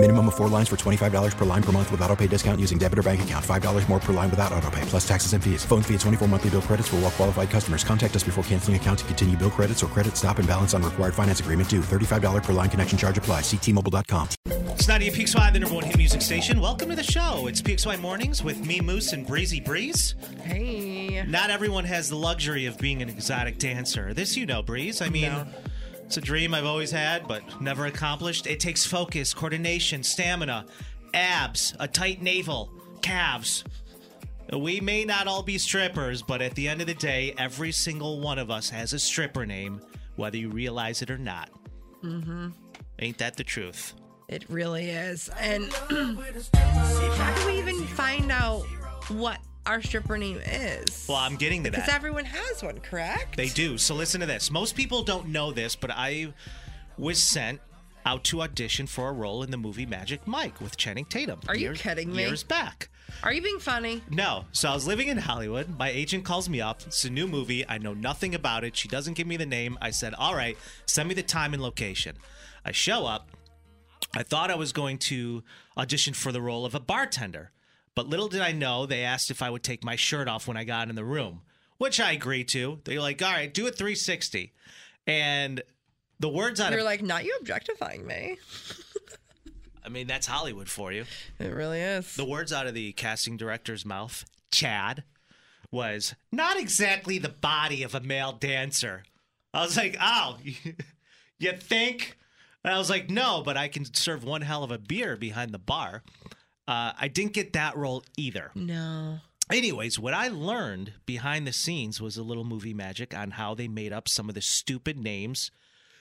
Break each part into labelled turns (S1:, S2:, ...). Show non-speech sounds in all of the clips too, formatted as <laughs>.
S1: Minimum of four lines for $25 per line per month with auto pay discount using debit or bank account. $5 more per line without auto pay, plus taxes and fees. Phone fee at 24 monthly bill credits for all well qualified customers. Contact us before canceling account to continue bill credits or credit stop and balance on required finance agreement due. $35 per line connection charge apply. Ctmobile.com.
S2: It's 98 PXY, the number one hit music station. Welcome to the show. It's PXY Mornings with me, Moose, and Breezy Breeze.
S3: Hey.
S2: Not everyone has the luxury of being an exotic dancer. This you know, Breeze. I mean, it's a dream I've always had, but never accomplished. It takes focus, coordination, stamina, abs, a tight navel, calves. We may not all be strippers, but at the end of the day, every single one of us has a stripper name, whether you realize it or not. Mm-hmm. Ain't that the truth?
S3: It really is. And <clears throat> how do we even find out what our stripper name is?
S2: Well, I'm getting to that.
S3: Because everyone has one, correct?
S2: They do. So listen to this. Most people don't know this, but I was sent out to audition for a role in the movie Magic Mike with Channing Tatum.
S3: Are you kidding me?
S2: Years back.
S3: Are you being funny?
S2: No. So I was living in Hollywood. My agent calls me up. It's a new movie. I know nothing about it. She doesn't give me the name. I said, "All right, send me the time and location." I show up. I thought I was going to audition for the role of a bartender, but little did I know they asked if I would take my shirt off when I got in the room, which I agreed to. They're like, "All right, do a 360." And the words out
S3: You're
S2: of
S3: like, not you objectifying me.
S2: I mean, that's Hollywood for you.
S3: It really is.
S2: The words out of the casting director's mouth, Chad, was not exactly the body of a male dancer. I was like, oh, <laughs> you think? And I was like, no, but I can serve one hell of a beer behind the bar. Uh, I didn't get that role either.
S3: no.
S2: Anyways, what I learned behind the scenes was a little movie magic on how they made up some of the stupid names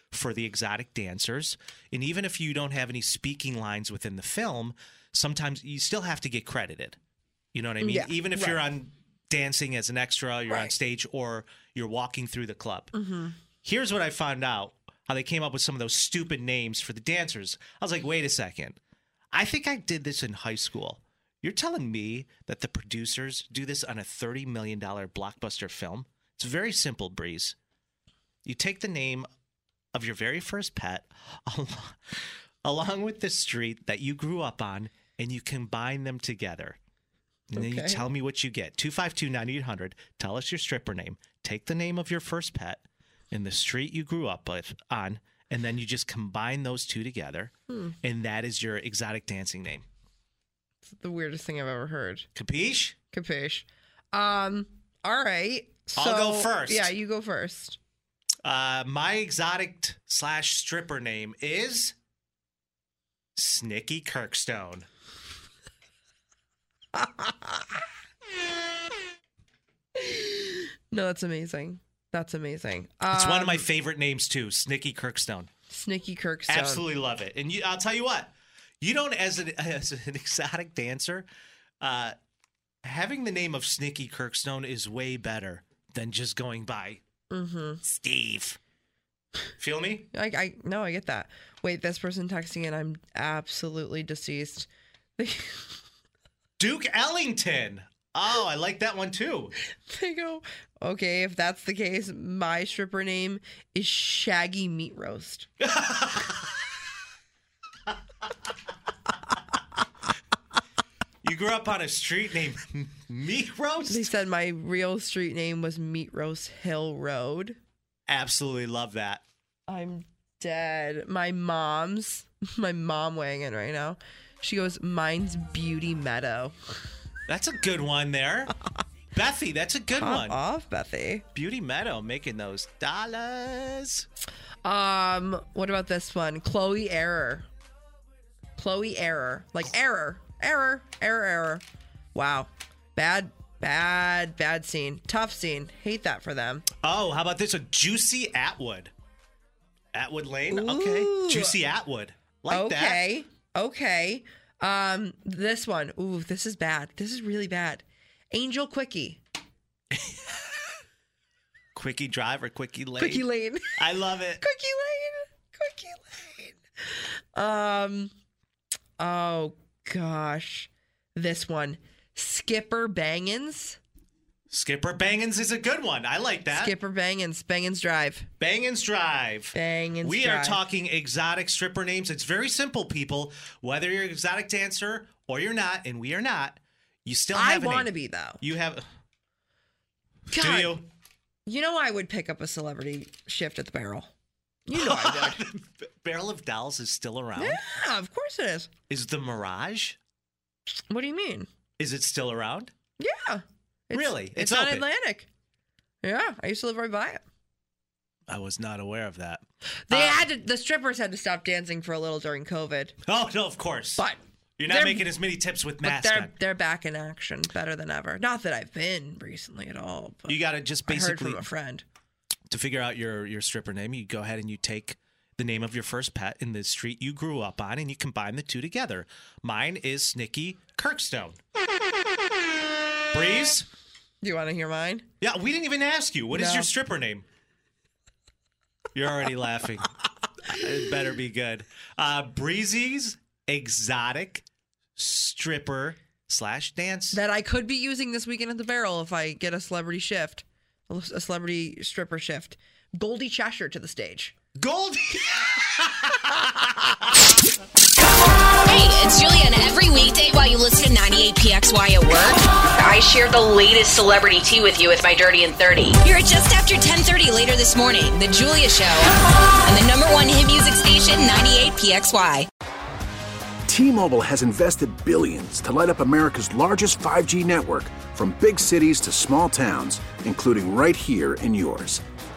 S2: for the exotic dancers. And even if you don't have any speaking lines within the film, sometimes you still have to get credited. You know what I mean?
S3: Yeah,
S2: even if you're
S3: right.
S2: on dancing as an extra, you're on
S3: Right. Mm-hmm.
S2: stage, or you're walking through the club. Here's what I found out how they came up with some of those stupid names for the dancers. I was like, wait a second. I think I did this in high school. You're telling me that the producers do this on a $30 million blockbuster film? It's very simple, Breeze. You take the name of your very first pet <laughs> al- along with the street that you grew up on and you combine them together. And then you
S3: Okay.
S2: tell me what you get. 252 9800. Tell us your stripper name. Take the name of your first pet and the street you grew up with, on. And then you just combine those two together. And that is your exotic dancing name.
S3: It's the weirdest thing I've ever heard.
S2: Capiche?
S3: Capiche. Um, all right. So,
S2: I'll go first.
S3: Yeah, you go first.
S2: Uh, my exotic t- slash stripper name is Snicky Kirkstone.
S3: No, that's amazing. That's amazing.
S2: It's one of my
S3: Um,
S2: favorite names too, Snicky Kirkstone.
S3: Snicky Kirkstone.
S2: Absolutely love it. And you, I'll tell you what, you don't as an <laughs> as an exotic dancer, uh, having the name of Snicky Kirkstone is way better than just going by
S3: Mm-hmm.
S2: Steve. Feel me?
S3: I, I no, I get that. Wait, this person texting and I'm absolutely deceased. They,
S2: Duke Ellington. Oh, I like that one too.
S3: <laughs> they go, okay, if that's the case, my stripper name is Shaggy Meat Roast.
S2: You grew up on a street named Meat
S3: They
S2: Roast.
S3: said my real street name was Meat Roast Hill Road.
S2: Absolutely love that.
S3: I'm dead. My mom's <laughs> my mom weighing in right now. She goes, mine's Beauty Meadow.
S2: That's a good one
S3: <laughs>
S2: there. Bethy, that's a good
S3: Pop
S2: one.
S3: off, Bethy.
S2: Beauty Meadow making those dollars.
S3: Um, what about this one? Chloe Error. Chloe Error. Like error. Error. Error error. Wow. Bad, bad, bad scene. Tough scene. Hate that for them.
S2: Oh, how about this? A juicy Atwood. Atwood Lane? Okay.
S3: Ooh.
S2: Juicy Atwood. Like that.
S3: okay. Okay. Um, this one. Ooh, this is bad. This is really bad. Angel Quickie.
S2: Quickie Drive or Quickie Lane.
S3: Quickie Lane. <laughs>
S2: I love it.
S3: Cookie Lane. Cookie Lane. Um, Oh gosh, this one, Skipper Bangins.
S2: Skipper Bangins is a good one. I like that.
S3: Skipper Bangins, Bangins Drive.
S2: Bangins Drive.
S3: Bangins
S2: We are
S3: Drive.
S2: talking exotic stripper names. It's very simple, people. Whether you're an exotic dancer or you're not, and we are not, you still
S3: I
S2: have a name.
S3: want to be though.
S2: You have.
S3: God,
S2: Do you? <laughs>
S3: you know I would pick up a celebrity shift at the barrel. You know I
S2: <laughs>
S3: would.
S2: Barrel of Dolls is still around.
S3: yeah, of course it is.
S2: Is the Mirage?
S3: What do you mean?
S2: Is it still around?
S3: Yeah. It's,
S2: Really? It's
S3: It's, on
S2: open.
S3: Atlantic. Yeah, I used to live right by it.
S2: I was not aware of that. <laughs>
S3: They
S2: Uh,
S3: had to, the strippers had to stop dancing for a little during COVID,
S2: Oh no, of course.
S3: but
S2: you're not
S3: they're-
S2: making as many tips with
S3: but
S2: masks
S3: they're
S2: on.
S3: they're back in action, better than ever. Not that I've been recently at all. But
S2: You got to just
S3: I heard
S2: basically
S3: from a friend.
S2: to figure out your your stripper name. You go ahead and you take the name of your first pet in the street you grew up on, and you combine the two together. Mine is Snicky Kirkstone. Breeze.
S3: Do you want to hear mine?
S2: Yeah, we didn't even ask you. What is
S3: No.
S2: your stripper name? You're already laughing. It better be good. Uh, Breezy's exotic stripper slash dance.
S3: That I could be using this weekend at the barrel if I get a celebrity shift, a celebrity stripper shift. Goldie Cheshire to the stage.
S2: Goldie.
S4: Hey, it's Julian. Every weekday while you listen to 98PXY at work,
S5: I share the latest celebrity tea with you with my Dirty and 30.
S4: you're just after 1030 later this morning, The Julia Show, on the number one hit music station, 98PXY.
S6: T-Mobile has invested billions to light up America's largest 5G network from big cities to small towns, including right here in yours.